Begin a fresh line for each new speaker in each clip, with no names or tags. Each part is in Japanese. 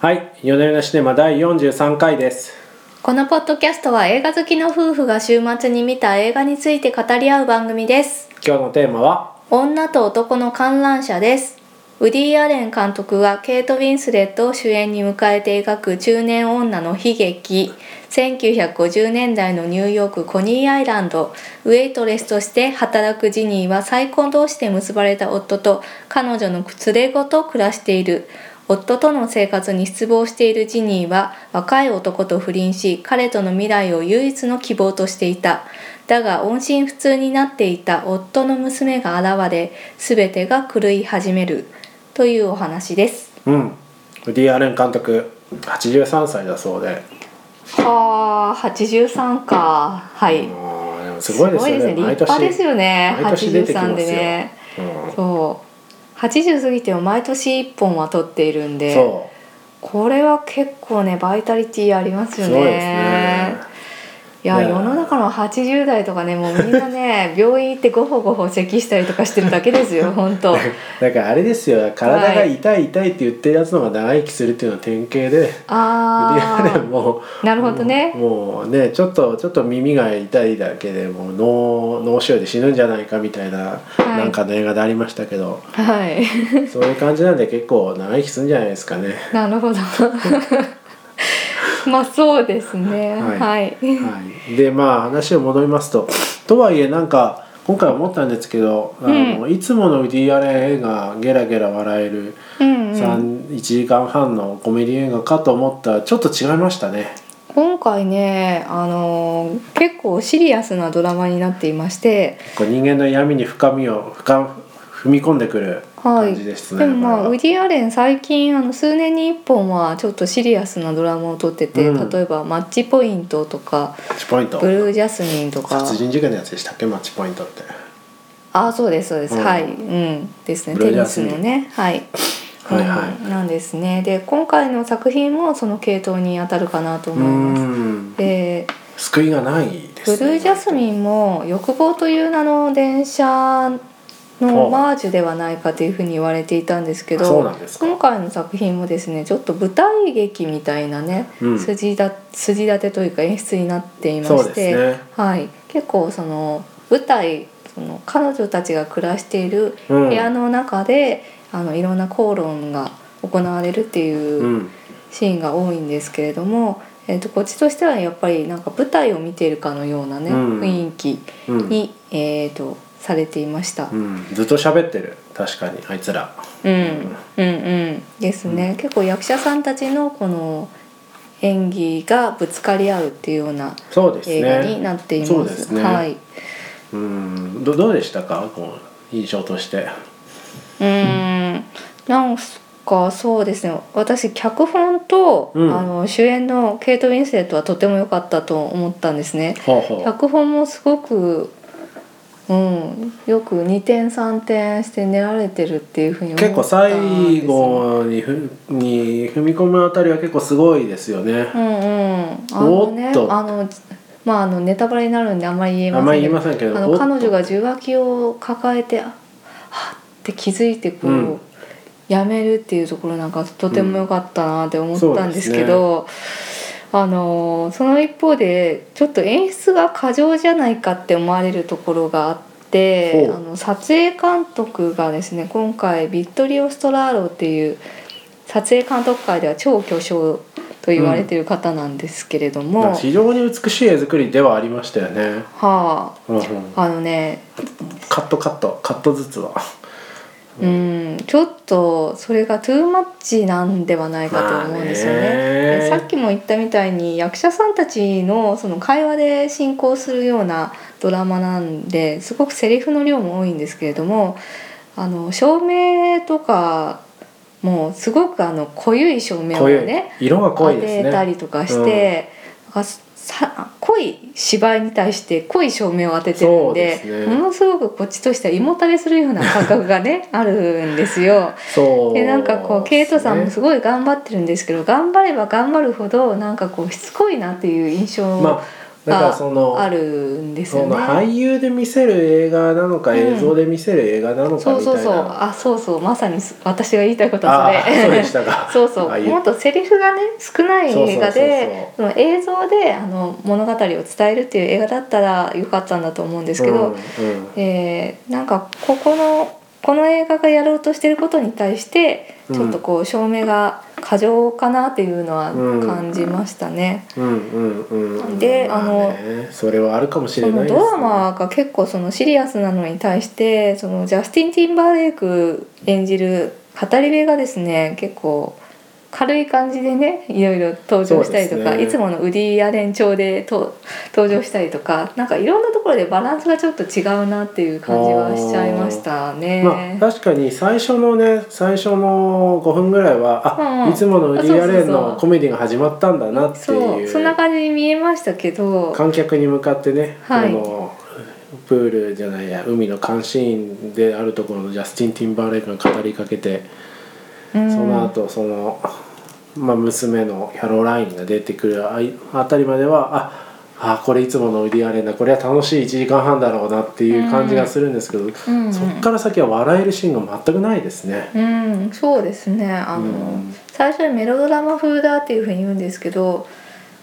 はい、夜な夜なシネマ第43回です。
このポッドキャストは映画好きの夫婦が週末に見た映画について語り合う番組です
今日のテーマは、
女と男の観覧車ですウディ・アレン監督がケイト・ウィンスレットを主演に迎えて描く中年女の悲劇1950年代のニューヨークコニーアイランドウェイトレスとして働くジニーは再婚同士で結ばれた夫と彼女の連れ子と暮らしている夫との生活に失望しているジニーは若い男と不倫し彼との未来を唯一の希望としていただが音信不通になっていた夫の娘が現れ全てが狂い始めるというお話です
うん、ウディ・アレン監督、83歳だそうで、
はあ83かはい
もうでもすごいですよね、
立派ですよね
毎年出てきますよ
83でね
うん
そう80過ぎても毎年1本は取っているんで
そ
これは結構ねバイタリティあります
う、
よ
す
ね
ごいですね。
いや、
ねえ
世の中の80代とかねもうみん なね病院行ってごほごほ咳したりとかしてるだけですよ本当
だからあれですよ、体が
はい
痛い痛いって言ってるやつの方が長生きするっていうのは典型で、ウディ・ア
あ
レンも、
あなるほどね
もうもうねちょっとちょっと耳が痛いだけでもう脳脳腫瘍で死ぬんじゃないかみたいな、
い
なんかの映画でありましたけど
はい
そういう感じなんで結構長生きするんじゃないですかね。
なるほど まあそうですね
はい
はい、
はい、でまあ話を戻りますととはいえなんか今回思ったんですけど、あのいつもの DRA がゲラゲラ笑える、
うんうん
三1時間半のコメディ映画かと思ったらちょっと違いましたね。
今回ねあのー結構シリアスなドラマになっていまして
こう人間の闇に深みを深踏み込んでくる
は
感
い
じですね。
でもま
これ
あ
は
ウディ・アレン最近あの数年に1本はちょっとシリアスなドラマを撮ってて、
うん
例えば「マッチポイント」とか
マッチポイン
「
ト
ブルージャスミン」とか
殺人事件のやつでしたっけマッチポイントって
あそうですそうです、
うん
はい、うん、ですね
ブル
テ
ージャ
ニ
ス
ス
ミン
のねはい。
はいはい
うんなんですねで今回の作品もその系統に当たるかなと
う
思います。
ん
で
救いがないです
ブ
ね
ルージャスミンも「欲望という名の電車」のオマージュではないかというふうに言われていたんですけ
あそうな
ど
んですか
今回の作品もですねちょっと舞台劇みたいなね、
うん
筋だ筋立てというか演出になっていま
そう
し
で
て、
すね
はい、結構その舞台その彼女たちが暮らしている
う
部
ん
屋の中で、あのいろんな口論が行われるっていう
うん
シーンが多いんですけれども、えー、とこっちとしてはやっぱりなんか舞台を見ているかのようなね、
うん
雰囲気
うん
に、えー、とされていました。う
うんん、ずっと喋ってる確かにあいつら
うんうんですね、結構役者さんたちのこの演技がぶつかり合うっていうような
そうです
映画に
ね
なっています。
そうですね
はい、う
うんどどうでしたかこう印象として
ーんなんかそうですね私脚本と、
うん
あの主演のケイト・ウィンスレットはとても良かったと思ったんですね。
ほうほ
脚本もすごく、うん、よく2点3点して練られてるっていうふうに
う
思った
結
ん
構
です
最後にふに踏み込むあたりは結構すごいですよね
う、んうんあのね
おっと
あのまああのネタバレになるんであんまり言え
あんま
ませ
り言い
んけど
ませんけど
あ
おっと
の彼女が受話器を抱えてあはっって気づいてこう、
うん
やめるっていうところなんかとても良かったなって思ったんですけど、あのーその一方でちょっと演出が過剰じゃないかって思われるところがあって
ほう
あの撮影監督がですね今回ビットリオ・ストラーロっていう撮影監督界では超巨匠と言われてる方なんですけれども、
なんか
は
非常に美しい絵作りではありましたよね、
あ
うんうん、
あのね
カットカットカットずつは
うん、ちょっとそれがトゥーマッチなんではないかと思うんですよね。
まあね
でさっきも言ったみたいに役者さんたちのその会話で進行するようなドラマなんですごくセリフの量も多いんですけれどもあの照明とかもすごくあの濃ゆい照明を
濃い
ね
色が濃い
当
です
て
ね
たりとかして、なんかさ濃い芝居に対して濃い照明を当ててる
そ
んで
うですね
ものすごくこっちとしては胃もたれするような感覚 がねあるんですよ。
そう
でなんかこうケイトさんも
ご
すごい頑張ってるんですけど頑張れば頑張るほどなんかこうしつこいなっていう印象
まあだからその
があるんです
そ
よ
の
ね。
俳優で見せる映画なのか
うん
映像で見せる映画なのか
そう
み
そう
たい
そう
な、
あそうそうまさにす私が言いたいことは
あ
そ
ーそう
れ
でしたか
そうそう
あ言っ
もっとセリフがね少ない映画
そうそうそうそ
でその映像であの物語を伝えるっていう映画だったらよかったんだと思うんですけど、
うんうん
えーなんかここのこの映画がやろうとしてることに対して
うん
ちょっとこう照明が過剰かなっていうのは
うん
感じましたね。
うんうんうん
で
まねそれはあるかもしれ
そ
ない
の
です、
ドラマが結構そのシリアスなのに対してそのジャスティン・ティンバーレイク演じる語り部がですね結構軽い感じでねいろいろ登場したりと
そ
か、
うですね
いつものウディ・アレン調でと登場したりとかなんかいろんなところでバランスがちょっと違うなっていう感じはしちゃいましたね。
まあ、確かに最初のね最初の5分ぐらいはあ、
うん
いつものウディ・アレン
そうそうそ
の
う
コメディが始まったんだなって
そ
いうう
そんな感じに見えましたけど
観客に向かってね、
は
あ
い
のプールじゃないや海の監視員であるところのジャスティン・ティンバーレイクが語りかけて、
そ
その後その、まあ、娘のキャロラインが出てくるあいあたりまではああこれいつものウディ・アレンだこれは楽しい1時間半だろうなっていう感じがするんですけど、
うんうん
そっから先は笑えるシーンが全くないですね。
うん、そうですねあ
う
の、
ん
最初にメロドラマ風だっていうふうに言うんですけど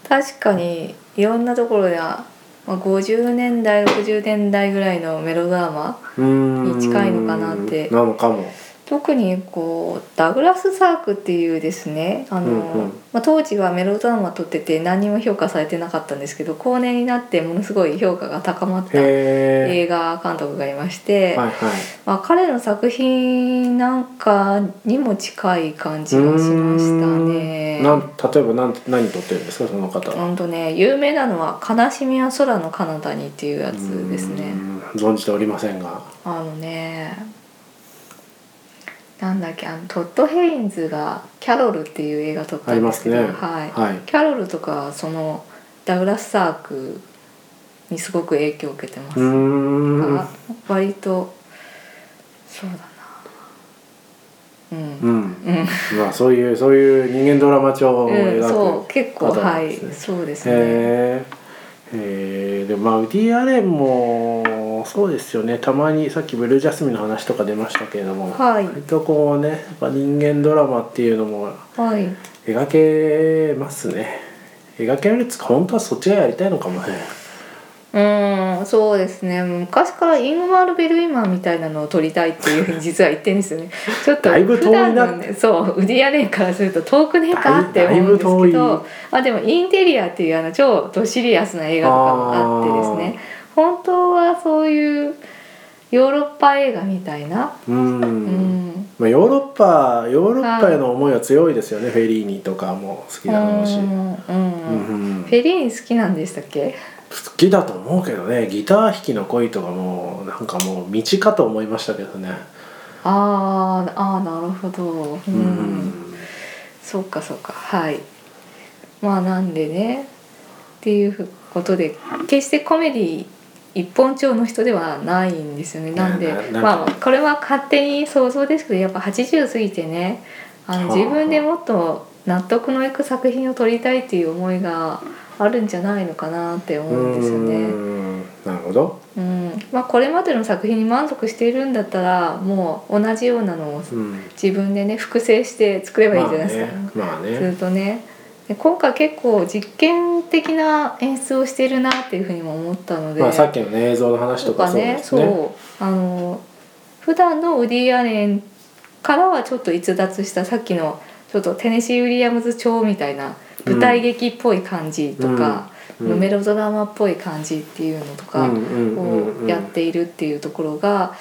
確かにいろんなところでは、まあ、50年代60年代ぐらいのメロドラマ
に
に近いのかなって
なのかも。
特にこうダグラス・サークっていうですねあの、
うんうん
まあ、当時はメロドラマ撮ってて何も評価されてなかったんですけど後年になってものすごい評価が高まった
へ
映画監督がいまし
え。
て。
はいはい。
まあ、彼の作品なんかにも近い感じがしましたね
うーん。なん例えばなん何撮ってるんですかその方は。
本当ね有名なのは「悲しみは空の彼方に」っていう
う
やつです
ー
ね。
ん存じておりませんが。
あのねなんだっけあのトッド・ヘインズが「キャロル」っていう映画撮ったんですけど、
ありますね
はい
はい
キャロルとかそのダグラス・サークにすごく影響を受けてます。
うーん。
あ割とそうだなうん、
う
うん
ん。まあそういうそういう人間ドラマ調を
うん
描
そ
く
う結構
方な
は
ん
い
ですね
そうですね
へえ。へえ。でもまあウディアレンもそうですよね。たまにさっきブルージャスミンの話とか出ましたけれども。
はい
割とこうね、やっぱ人間ドラマっていうのも
はい
描けますね描けるっつうか本当はそっちがやりたいのかもね
うんそうですね昔からイングマール・ベルイマンみたいなのを撮りたいっていうふうに実は言ってるんですよ ねちょっと
だいぶ
普
遠いな
段のねそうウディアレンからすると遠くねえかって
だい
思うんですけ
だいぶ
どあでも「インテリア」っていうあの超ドシリアスな映画とかもあってですね本当はそういうヨーロッパ映画みたいな
うん、
うん
まあ、ヨーロッパヨーロッパへの思いは強いですよね、フェリーニとかも好きだろうし、うん
うん
うん
フェリーニ好きなんでしたっけ
好きだと思うけどねギター弾きの恋とかもうなんかもう道かと思いましたけどね
あーあーなるほどう、
うんん、
そうかそうかはいまあなんでねっていうことで決してコメディ一本調の人ではないんですよねなんで
なな
まあこれは勝手に想像ですけどやっぱ80過ぎてねあの
はあ
自分でもっと納得のいく作品を撮りたいっていう思いがあるんじゃないのかなって思うんですよね。
うんなるほど
うんまあ、これまでの作品に満足しているんだったらもう同じようなのを
うん
自分でね複製して作ればいいじゃないですか、
まあねまあ
する
ね
とねで今回結構実験的な演出をしているなっていうふうにも思ったので、
まあ、さっきの、ね、映像の話とかそうです
そう
ね
あの普段のウディ・アレンからはちょっと逸脱したさっきのちょっとテネシー・ウィリアムズ調みたいな舞台劇っぽい感じとか、
うんうん
メロドラマっぽい感じっていうのとか、
うんうんうんう
を
ん
やっているっていうところが、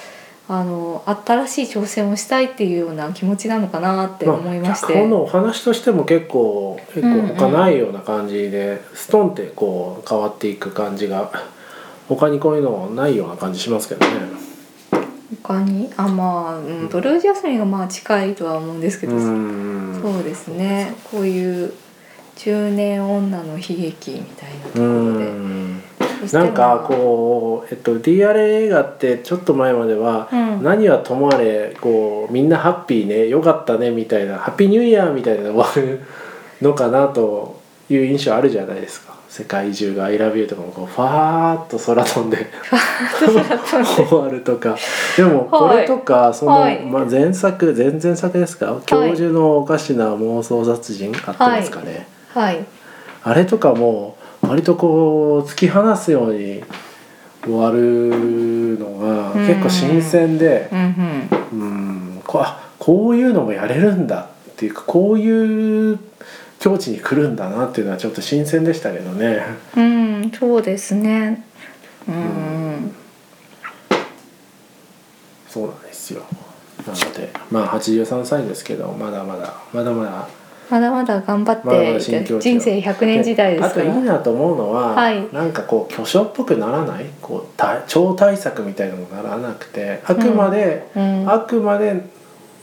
あの新しい挑戦をしたいっていうような気持ちなのかなって思いまして、
あ、脚本のお話としても結構結
うんうん
構他ないような感じで、ストンってこう変わっていく感じが他にこういうのないような感じしますけどね。
他にあまあ、うん、ブルージャスミンがまあ近いとは思うんですけ
う
ど、
ん
そうですねこういう中年女の悲劇みたいなとこ
う
ろで、
ん
そして
なん
ま
か
あ
こう、えっと、DR 映画ってちょっと前までは、
うん
何はともあれこうみんなハッピーねよかったねみたいなハッピーニューイヤーみたいな終わるのかなといいう印象あるじゃないですか世界中が「I love you」とかもこうファーっと空飛んで終わるとかでもこれとかその、
はい
まあ、前作前々作ですか教授のおかしな妄想殺人あってますかね、
はい
あれとかも割とこう突き放すように終わるのが
うん
結構新鮮で
うんうん
うんこあこういうのもやれるんだっていうかこういう境地に来るんだなっていうのはちょっと新鮮でしたけどね。
うん、そうですね。うん、
そうなんですよなのでまあ83歳ですけどまだまだまだまだ
まだまだ頑張って、
まだまだ新境地
人生100年時代ですか
あといい
ら。
なと思うのは、
はい
なんかこう巨匠っぽくならないこうた超大作みたいのもならなくてあくまで、
うん、
あくまで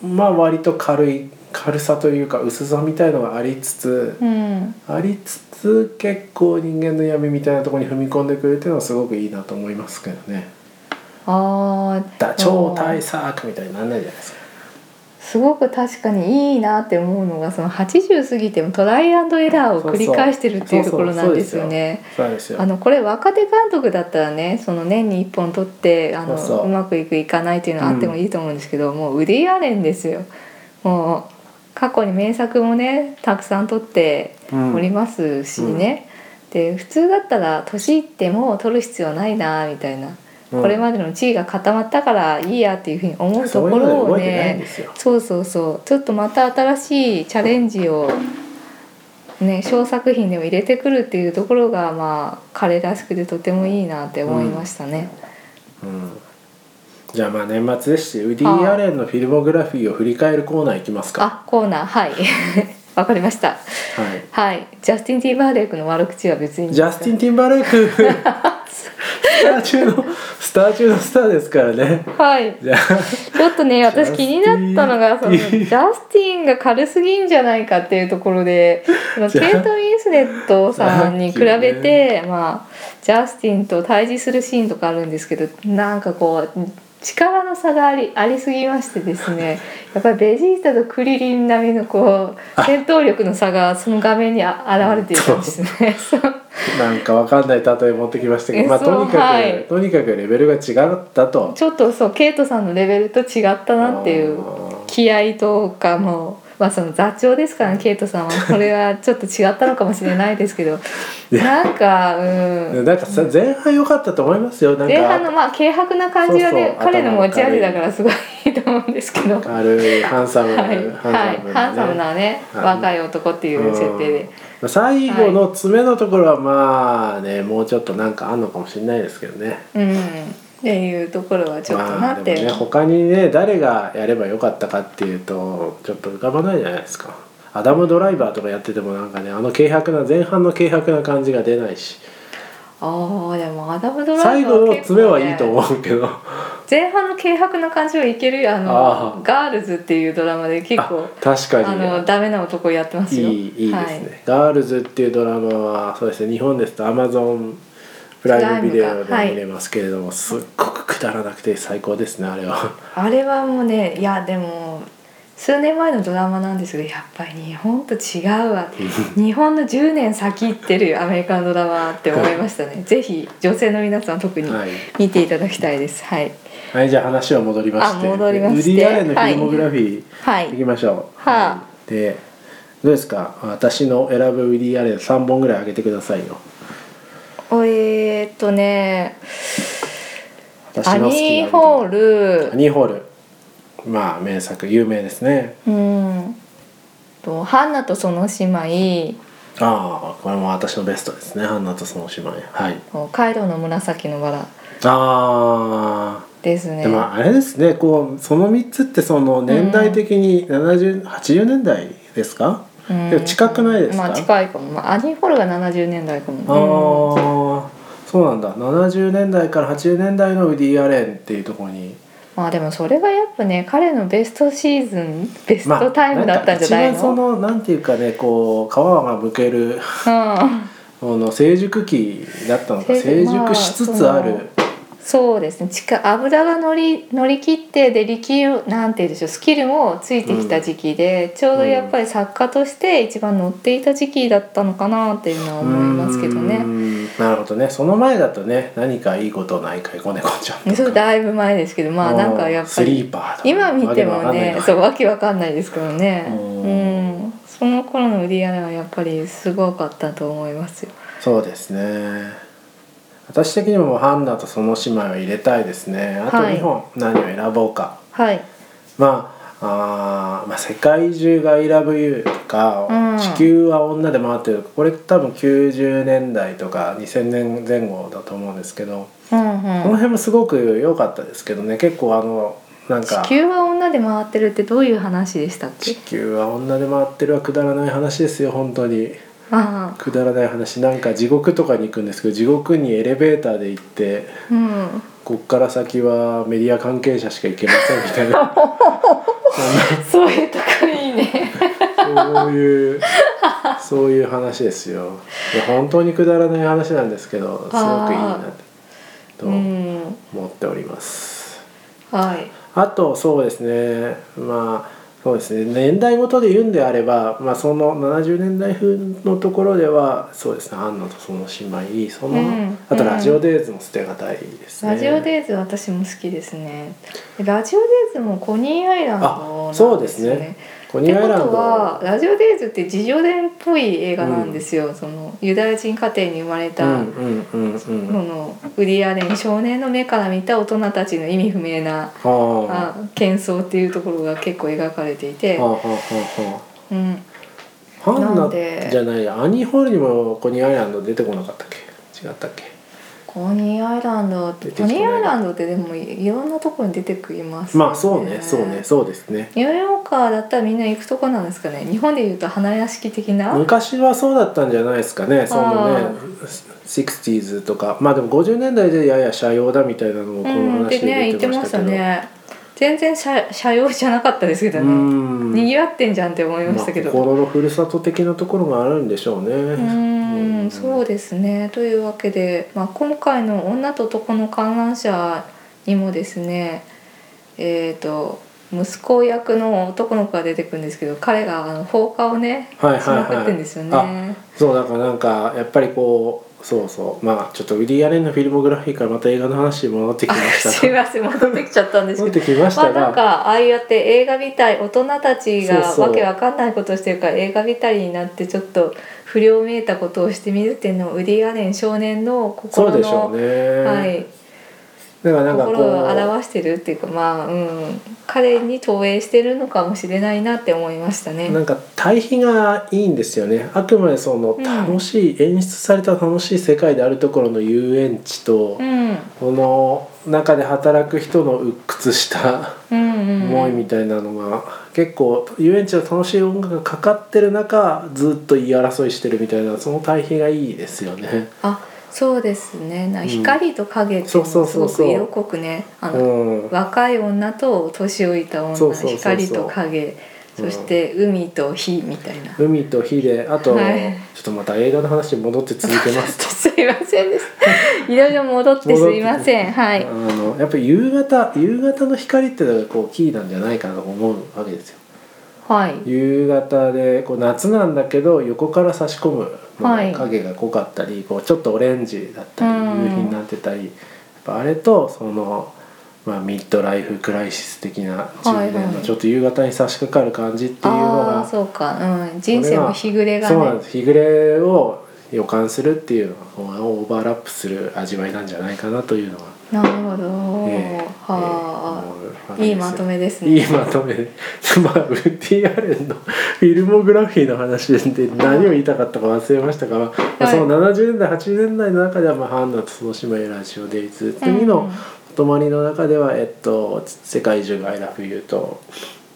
まあ割と軽い軽さというか薄さみたいのがありつつ、
うん、
ありつつ結構人間の闇みたいなところに踏み込んでくれてるのはすごくいいなと思いますけどね
ああ
だ、超大作みたいにならないじゃないですか。
すごく確かにいいなって思うのがその80過ぎてもトライアンドエラーを繰り返してるっていうところなんですよね。
そうなんですよ
あのこれ若手監督だったらねその年に1本撮ってあの
そうそう
まくいくいかないっていうのはあってもいいと思うんですけど、もうウディ・アレンですよもう過去に名作もねたくさん撮って
うん
おりますしね、で普通だったら年いっても撮る必要ないなみたいな、
うん
これまでの地位が固まったからいいやっていうふうに思うと
そ
こ
ういうので
ろを
動いてないん
ね
ですよ。
そうそうそうちょっとまた新しいチャレンジをね小作品でも入れてくるっていうところがまあ彼らしくてとてもいいなって思いましたね。
うんじゃあまあ年末ですしウデ
はい
ィ・アレンのフィルモグラフィーを振り返るコーナーいきますか。
あコーナーはい わかりました。
はい
はいジャスティン・ティーバーレイクの悪口は別に
ジャスティン・ティンバーレイクスター中のスター中のスターですからね。
はい
じゃあ
ちょっとね私
ジャス
気
ティ
に
ン
なったのがそのジャスティンが軽すぎんじゃないかっていうところで そのケ
ジャ
イト・ウィンスレットさんに比べ、
さってきね
まあ、ジャスティンと対峙するシーンとかあるんですけどなんかこう力の差がありありすぎましてですねやっぱりベジータとクリリン並みのこう戦闘力の差がその画面にあ現れているんですね。 そう
なんかわかんない例え持ってきましたけど、まあ、
えそ
と
う
にかく、
はい
とにかくレベルが違ったと。
ちょっとそうケイトさんのレベルと違ったなっていう気合とかもまあその座長ですからねケイトさん はこれはちょっと違ったのかもしれないですけどなんかうん
なんかさ前半良かったと思いますよなん
前半の
か
まあ軽薄な感じはね
そうそう
彼の持ち味
頭
だ
の軽い
からすごいいいと思うんですけど。はい
軽いハンサムな、
はい、ハンサムなね
はい
若い男っていう設定で
うん最後の爪のところはまあねもうちょっとなんかあんのかもしれないですけどね
うんっていうところはちょっとな
まあ
っ
でも
て、
ね他にね誰がやればよかったかっていうとちょっと浮かばないじゃないですかアダム・ドライバーとかやっててもなんかねあの軽薄な前半の軽薄な感じが出ないし
ああでもアダム・ドライ
最
バ
後
ーは
の
結構
爪
ね
はいいと思うけど
前半の軽薄な感じはいけるよあの
あー
ガールズっていうドラマで結構
あ 確
あ
かに
のダメな男やってます
い
よ
いいいですね、ガールズっていうドラマはそうですね日本ですとアマゾンプライムビデオで
プライムがはい
見れますけれども、すっごくくだらなくて最高ですねあれは。
はい、あれはもうねいやでも数年前のドラマなんですけどやっぱり日本と違 うわ日本の10年先行ってるアメリカのドラマって思いました ねぜひ女性の皆さん特に
はい
見ていただきたいですはい
はい、じゃあ話は戻りまして
あ戻りまして
ウディ・アレンのフィルモグラフィ
は
ー、い、き
い
ましょう、
は
い
い
でどうですか私の選ぶウディ・アレン3本ぐらいあげてくださいよ
おえーっとね
私
ア
の好き
ニ
な
ー・ホ
ル
ール
アニーホールまあ名作有名ですね
うんと「ハンナとその姉妹」
ああこれも私のベストですね「ハンナとその姉妹」はい
カイロの紫のバラ
ああ
ですね。
でもあれですねこうその3つってその年代的に70、80年代ですか、
うん
でも近くないですか、
まあ近いかも。まあアニーホールが70年代か
あ
も。
ーそうなんだ70年代から80年代のウディ・アレンっていうところに
まあでもそれがやっぱね彼のベストシーズンベストタイムだったんじゃない
まあんか一番そ
の？
のなんていうかねこう皮がむける
うん。
あの成熟期だったのか
成
成
熟
熟しつつあ
ま
る
そそうですね近油が乗り乗り切ってで力なんて言うんでしょうスキルもついてきた時期で、ちょうどやっぱり作家として一番乗っていた時期だったのかなっていうのは思いますけど
うー
ね。
んなるほどねその前だとね何かいいことないかいこねこちゃんとか
それだいぶ前ですけどまあなんかやっぱ
スリ
り
ーパーだ
今見てもねそう
う
わけわかんないですけどね
う
うんんその頃の売り上げはやっぱりすごかったと思いますよ。
そうですね私的にもハンナとその姉妹は入れたいですねあと
はい
2本何を選ぼうか、
はい
まああーまあ、世界中が「ILOVEYOU」とか、
うん
地球は女で回ってる」これ多分90年代とか2000年前後だと思うんですけど、
うん
この
うん、
辺もすごく良かったですけどね結構あのなんか
地球は女で回ってるってどういう話でしたっけ
地球は女で回ってるはくだらない話ですよ本当に
あ
くだらない話なんか地獄とかに行くんですけど地獄にエレベーターで行って
あ うん
こっから先はメディア関係者しか行けませんみたいな
そういうとこいいね。
そういうそういう話ですよいや本当にくだらない話なんですけどすごくいいなと
うん。
思っております
はい。
あとそうですねまあそうですね年代ごとで言うんであれば、まあ、その70年代風のところではそうですね安野とその姉妹その、
うん
あとラジオデイズも捨てがたいですね。
ラジオデイズ私も好きですね。ラジオデイズもコニーアイランドなん
あ
です
そ
よ
う
ね。
ですね。コ
っ
ニ
て
ーア
こ
イラン
と
ド
はラジオデイズって自叙伝っぽい映画なんですよ。そのユダヤ人家庭に生まれ
う
た、
んうんうん
そ
うん。
のウディアレン少年の目から見た大人たちの意味不明な。
はあ。は
あ喧騒っていうところが結構描かれていて、
あはあは
うん、
あはあ。ハン
な
ナ
んで
じゃないやアニーホールにもコニーアイランド出てこなかったっけ違ったっけ
コニーアイランド
出てきて
コ
ない
ニーアイランドってでもいろんなところに出てきますよ
まあそうねそうねそうですね。
ニューヨーカーだったらみんな行くとこなんですかね日本でいうと花屋敷的な、
昔はそうだったんじゃないですかねそのね 60s とかまあでも50年代でやや斜陽だみたいなのもこの
うん
話
で
で
ね
出
行って
て
ま
ま
し
したたけど
ね全然車車用じゃなかったですけど
う
ね
ん
にぎわってんじゃんって思いましたけ
まあ
ど、
心のふるさと的なところがあるんでしょうね
うー
うん
そうですねというわけで、まあ、今回の「女と男の観覧車」にもですねえー、と息子役の男の子が出てくるんですけど彼があの放火をね
はい
し
はい
まくって
は
んで
い
すよね。
あそうだからなんかやっぱりこうそうそうまあちょっとウィリー・アレンのフィルモグラフィーからまた映画の話に戻ってきま
あ
し
す
た
いません戻ってきちゃったんです
戻
け
っ
ど
てきまし
まあ
た
なん
が
かああいうやって映画みたい大人たちが
そうそう
わけわかんないことをしてるから映画みたいになってちょっと不良めいたことをしてみるっていうのをウディ・アレン少年の
そう
心
でしょ
の、
うね
はい、
だからなんかこ
心を
う
表してるっていうかまあ、うん、彼に投影してるのかもしれないなって思いましたね。
なんか対比がいいんですよねあくまでその
うん
楽しい、演出された楽しい世界であるところの遊園地と、
うん、
この中で働く人の鬱屈した
うんうん
思いみたいなのが、結構遊園地の楽しい音楽がかかってる中ずっと言い争いしてるみたいなその対比がいいですよね。
あそうですねな
ん
んか光と影っていう
そう
の
そう
がす
そう
ご
そう
く色濃くねあ
う
の
ん、
若い女と年老いた女
そうそうそうそう
光と影そして海と火みたい な、
海と火であと、
はい
ちょっとまた映画の話に戻って続けますと
すいませんです いろいろ戻ってすいませんはい
あのやっぱり夕方夕方の光ってのがこうキーなんじゃないかなと思うわけですよ
はい
夕方でこう夏なんだけど横から差し込むのが
はい
影が濃かったり、こうちょっとオレンジだったり
うん
夕日になってたり、やっぱあれとその、まあ、ミッドライフクライシス的な10
は
年
いは
の
い
ちょっと夕方に差し掛かる感じっていうのが、
ああーそうか、うん、人生も日暮れが
そうなん
ね
です日暮れを予感するっていうのがこうオーバーラップする味わいなんじゃないかなというのが
なるほど、
ええ
はあ、
ええ
いいまとめですね
いいまとめまあウッディ・アレンのフィルモグラフィーの話で何を言いたかったか忘れましたが、まあ
はい
その70年代80年代の中では、まあ、ハンナとその姉妹ラジオデイズ次
うんう
の
ん
お泊まりの中では、えっと「世界中が I love you」と。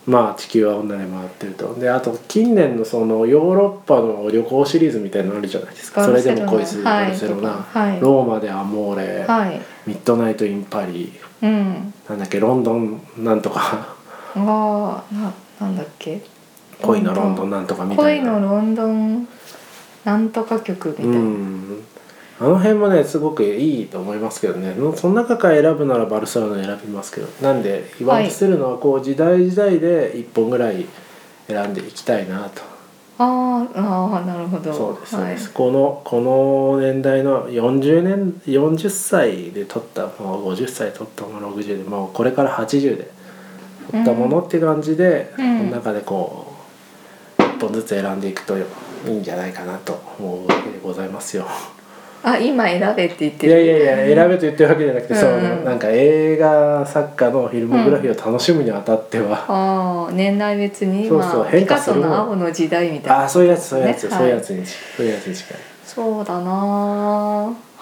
まあ、地球は女で回ってるとであと近年のそのヨーロッパの旅行シリーズみたいなのあるじゃないですか「それでも恋するバ
バ
ル
ル
セ
セ
ロ
ロ
ナ」
ナはい
ローマでアモーレ」
はい
ミッドナイト・イン・パリ」
うん
なんだっけロンドンなんと か
ああななんだっけ
恋のロンドンなんとかみたい
恋
な
のロンドンなんとか曲みたいな、
うんあの辺もねすごくいいと思いますけどねその中から選ぶならバルセロナ選びますけどなんで言わせるのはこう時代時代で1本ぐらい選んでいきたいなと、
あーあーなるほど
そうですそう
は
で
い
す、このこの年代の40年40歳で取ったもう50歳で取ったもの60でもうこれから80で取ったものって感じで、
うん
この中でこう1本ずつ選んでいくといいんじゃないかなと思うわけでございますよ。
あ今選べって言って
い
る
やいやいや選べと言ってるわけじゃなくて、
うん
そのなんか映画作家のフィルムグラフィーを楽しむにあたっては、
ああ年代別に今
そうそう
ピ
変
カ
化す
ソ
るもん
の青の時代みたい
あ
な
あそういうやつそういうやつ、
ね
そういうやつにそういうやつに近い。
そうだなあ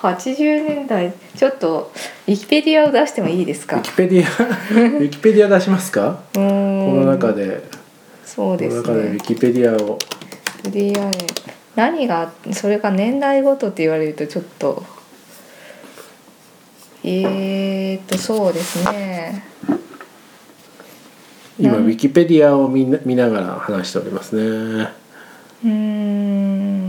80年代ちょっとウィキペディアを出してもいいです
ウ
か
ィキペディアウィキペディア出しますか？
うーん
この中で、
そう
こ
で
の
す
中でウィ
ね
キペディアを
DRM 何がそれが年代ごとって言われるとちょっとえー、っとそうですね
今
うん
ウィキペディアを見な見ながら話しておりますね。
うーん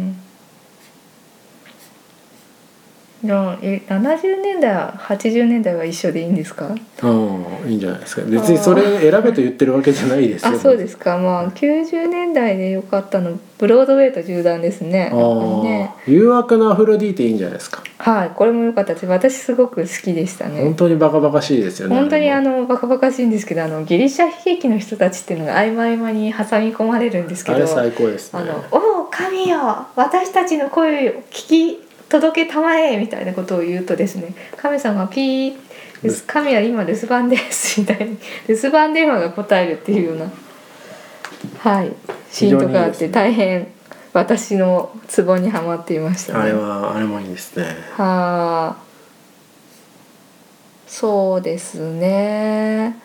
じゃあえ70年代80年代は一緒でいいんですか
うんいいんじゃないですか。別にそれ選べと言ってるわけじゃないですよ。
あそうですかまあ90年代で良かったのブロードウェイと縦断ですねやっ
あ
ぱりね
ー誘惑のアフロディーテいいんじゃないですか。
はいこれも良かったです私すごく好きでしたね
本当にバカバカしいですよね。
本当に
あ
あ
れも
のバカバカしいんですけどあのギリシャ悲劇の人たちっていうのが合間合間に挟み込まれるんですけ
あ
ど
れ
「
最高です
あ
ね。
のおお神よ私たちの声を聞き届けたまえ」みたいなことを言うとですね神様がピー留守神は今留守番です」みたいに留守番電話が答えるっていうようなはいシーンとかあ
非常にいい
っ
です
て
ね
大変私のツボにはまっていましたね。
あれはあれもいいですね。
はあそうですね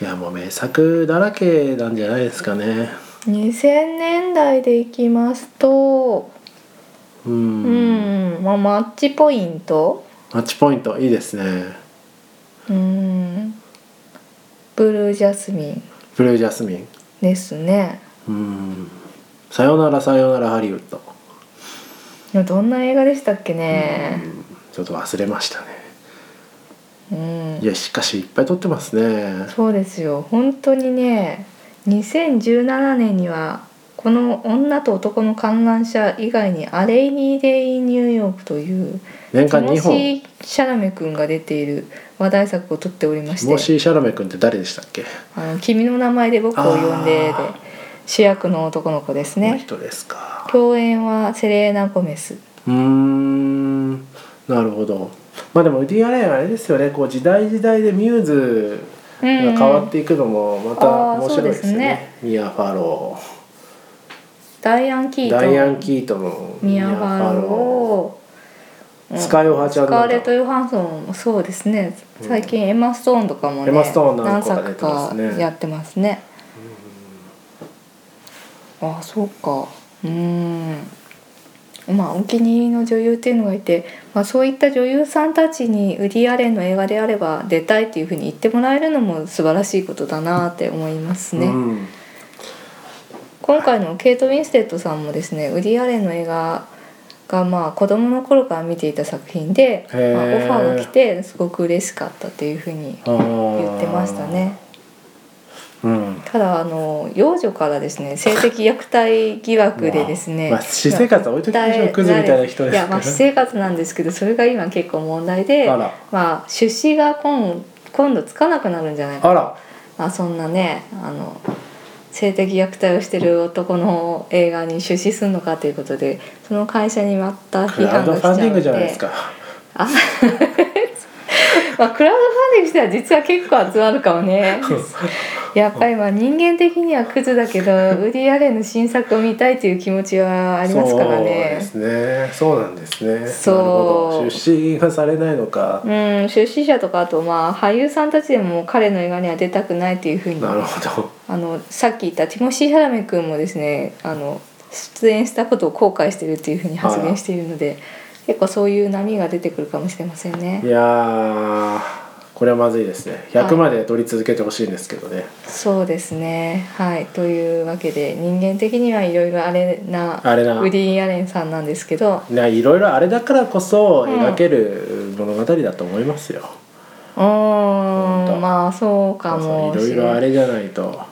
いやもう名作だらけなんじゃないですかね。
2000年代でいきますと
う。
うんん、まあ、マッチポイント
マッチポイントいいですね。
うんブルージャスミン
ブルージャスミン。
ですね
うん。さよならさよならハリウッド。
どんな映画でしたっけね
ちょっと忘れましたね。
うん
いやしかしいっぱい撮ってますね。
そうですよ本当にね2017年にはこの「女と男の観覧車」以外に「アレイニー・デイ・ニューヨーク」という
年
テ
間
ィモ
2
シ
本。
ー・シャラメ君が出ている話題作を撮っておりま
ティモ
して
シー・シャラメ君って誰でしたっけ？
「あの君の名前で僕を呼んで」で
あー
主役の男の子です
この
ね
人ですか。
共演はセレーナ・ゴメス
うーん。なるほど。まあでもウディアレンあれですよね。こう時代時代でミューズ
うん
が変わっていくのもまた
あー
面白いですよ
そうです
ね
ね。
ミア・ファロー。
ダイアン・キートン
ダイアン・キートンの
ミア・ファローうん
スカイオハちゃん
スカーレ
な
ット・ヨハンソンもそうですね
うん
最近エマ・ストーンとかもね
エマストーンなん
何
かが出
作
てます
か
ね
やってますねあそうかうんまあお気に入りの女優っていうのがいて、まあ、そういった女優さんたちにウディ・アレンの映画であれば出たいっていうふうに言ってもらえるのも素晴らしいことだなって思いますね、
うん、
今回のケイト・ウィンステッドさんもですねウディ・アレンの映画がまあ子供の頃から見ていた作品で、まあ
へー
オファーが来てすごく嬉しかったっていうふうに言
言
ってましたね。
うん
ただあの幼女からですね性的虐待疑惑でですね、
まあ、私生活は置いときましょうクズみたいな人です
いやまあ私生活なんですけどそれが今結構問題で
あら
まあ出資が今今度つかなくなるんじゃないか
あら
まあ、そんなねあの性的虐待をしてる男の映画に出資するのかということでその会社にまた
ク
批
ラウ
判
ド
が
フ
来ち
ァ
ゃう
ンディング
の
じゃないです
で
か
あ まあクラウドファンディングしては実は結構集まるかもねやっぱりまあ人間的にはクズだけどウディ・アレンの新作を見たいという気持ちはありますから
そうで
ね
すねそうなんですね
そう
なるほど出資がされないのか、
うん出資者とかあとまあ俳優さんたちでも彼の映画には出たくないというふうに
なるほど
あのさっき言ったティモシー・シャラメ君もですねあの出演したことを後悔してるっていうふうに発言しているので結構そういう波が出てくるかもしれませんね
い。やーこれはまずいですね100まで撮り続けてほしいんですけどね、
そうですねはいというわけで人間的にはいろいろあれな
あれな
ウディ・アレンさんなんですけど
ないろいろあれだからこそ
うん
描ける物語だと思いますよ、
うー
当
んまあそう
そ
か
う
も
そういろ
し
い
れ
ろあ
ない
れじゃないと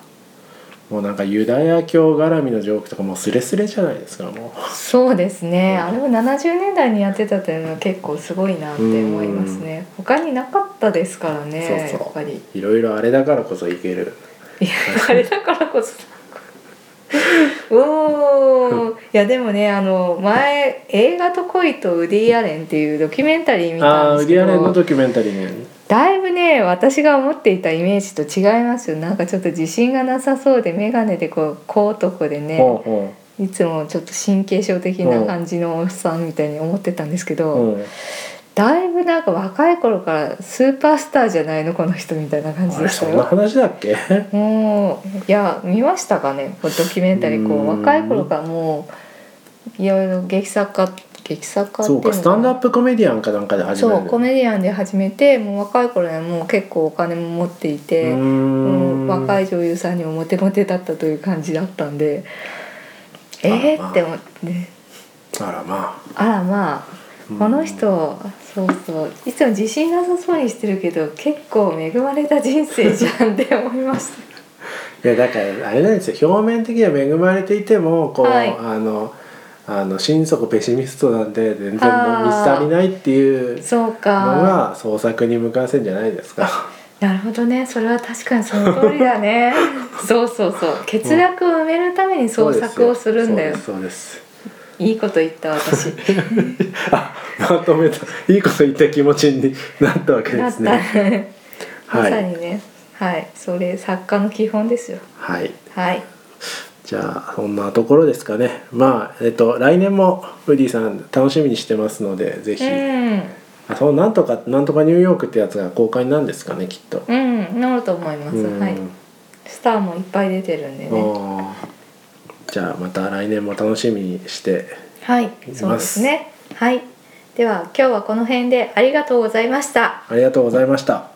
もうなんかユダヤ教絡みのジョークとかもうスレスレじゃないですかも
そうですね、
うん
あれを70年代にやってたっていうのは結構すごいなって思いますね他になかったですからね
そうそう
やっぱり
ういろいろあれだからこそいける
いやあれだからこそおーいやでもねあの前映画と恋とウディ・アレンっていうドキュメンタリー見
あ
た
あ
んで
ウ
す
デ
け
ィアレンの
ど
ドキュメンタリーね
だいぶね私が思っていたイメージと違いますよなんかちょっと自信がなさそうで眼鏡でこう小男でね
ほうほ
いつもちょっと神経症的な感じのおっさんみたいに思ってたんですけ
う
ど、
うん
だいぶなんか若い頃からスーパースターじゃないのこの人みたいな感じ
あ
で
れ
した
そんな
よ。
話だっけ
もういや見ましたかねこうドキュメンタリーこ
う
うん若い頃からもういろいろ劇作家劇作家ってい
そう
の
うかスタンドアップコメディアンかなんかで始める
そうコメディアンで始めてもう若い頃にはもう結構お金も持っていて。
うー
もうん若い女優さんにもモテモテだったという感じだったんで
あら
え
ま
ー、
あ
って思って
あらまあ
あらまあ
うん
この人そうそういつも自信なさそうにしてるけど結構恵まれた人生じゃんって思いました
いやだからあれなんですよ表面的には恵まれていてもこう、
はい
あのあの心底ペシミストなんで全然
あー
もう満ち足りないっていう
そう
の
か
が創作に向かわせんじゃないですか。
なるほどねそれは確かにその通りだね そうそうそう欠落を埋めるために創作をするんだよ
そうです。そう
いいこと言った私
ですあまとめたいいこと言った気持ちになったわけ
な
で
っ
す
た
ね。
ねま
は
さ
い
にねはいそれ作家の基本ですよ
はい。
はい
じゃあそんなところですかね。まあえっと来年もウディさん楽しみにしてますのでぜひ。
う
あそうなんとかなんとかニューヨークってやつが公開なんですかねきっと。
ん、うん、なると思います。
うん
はい。スターもいっぱい出てるんでね。
あーじゃあまた来年も楽しみにして
はい、そうですね。はい。では今日はこの辺でありがとうございました。
ありがとうございました。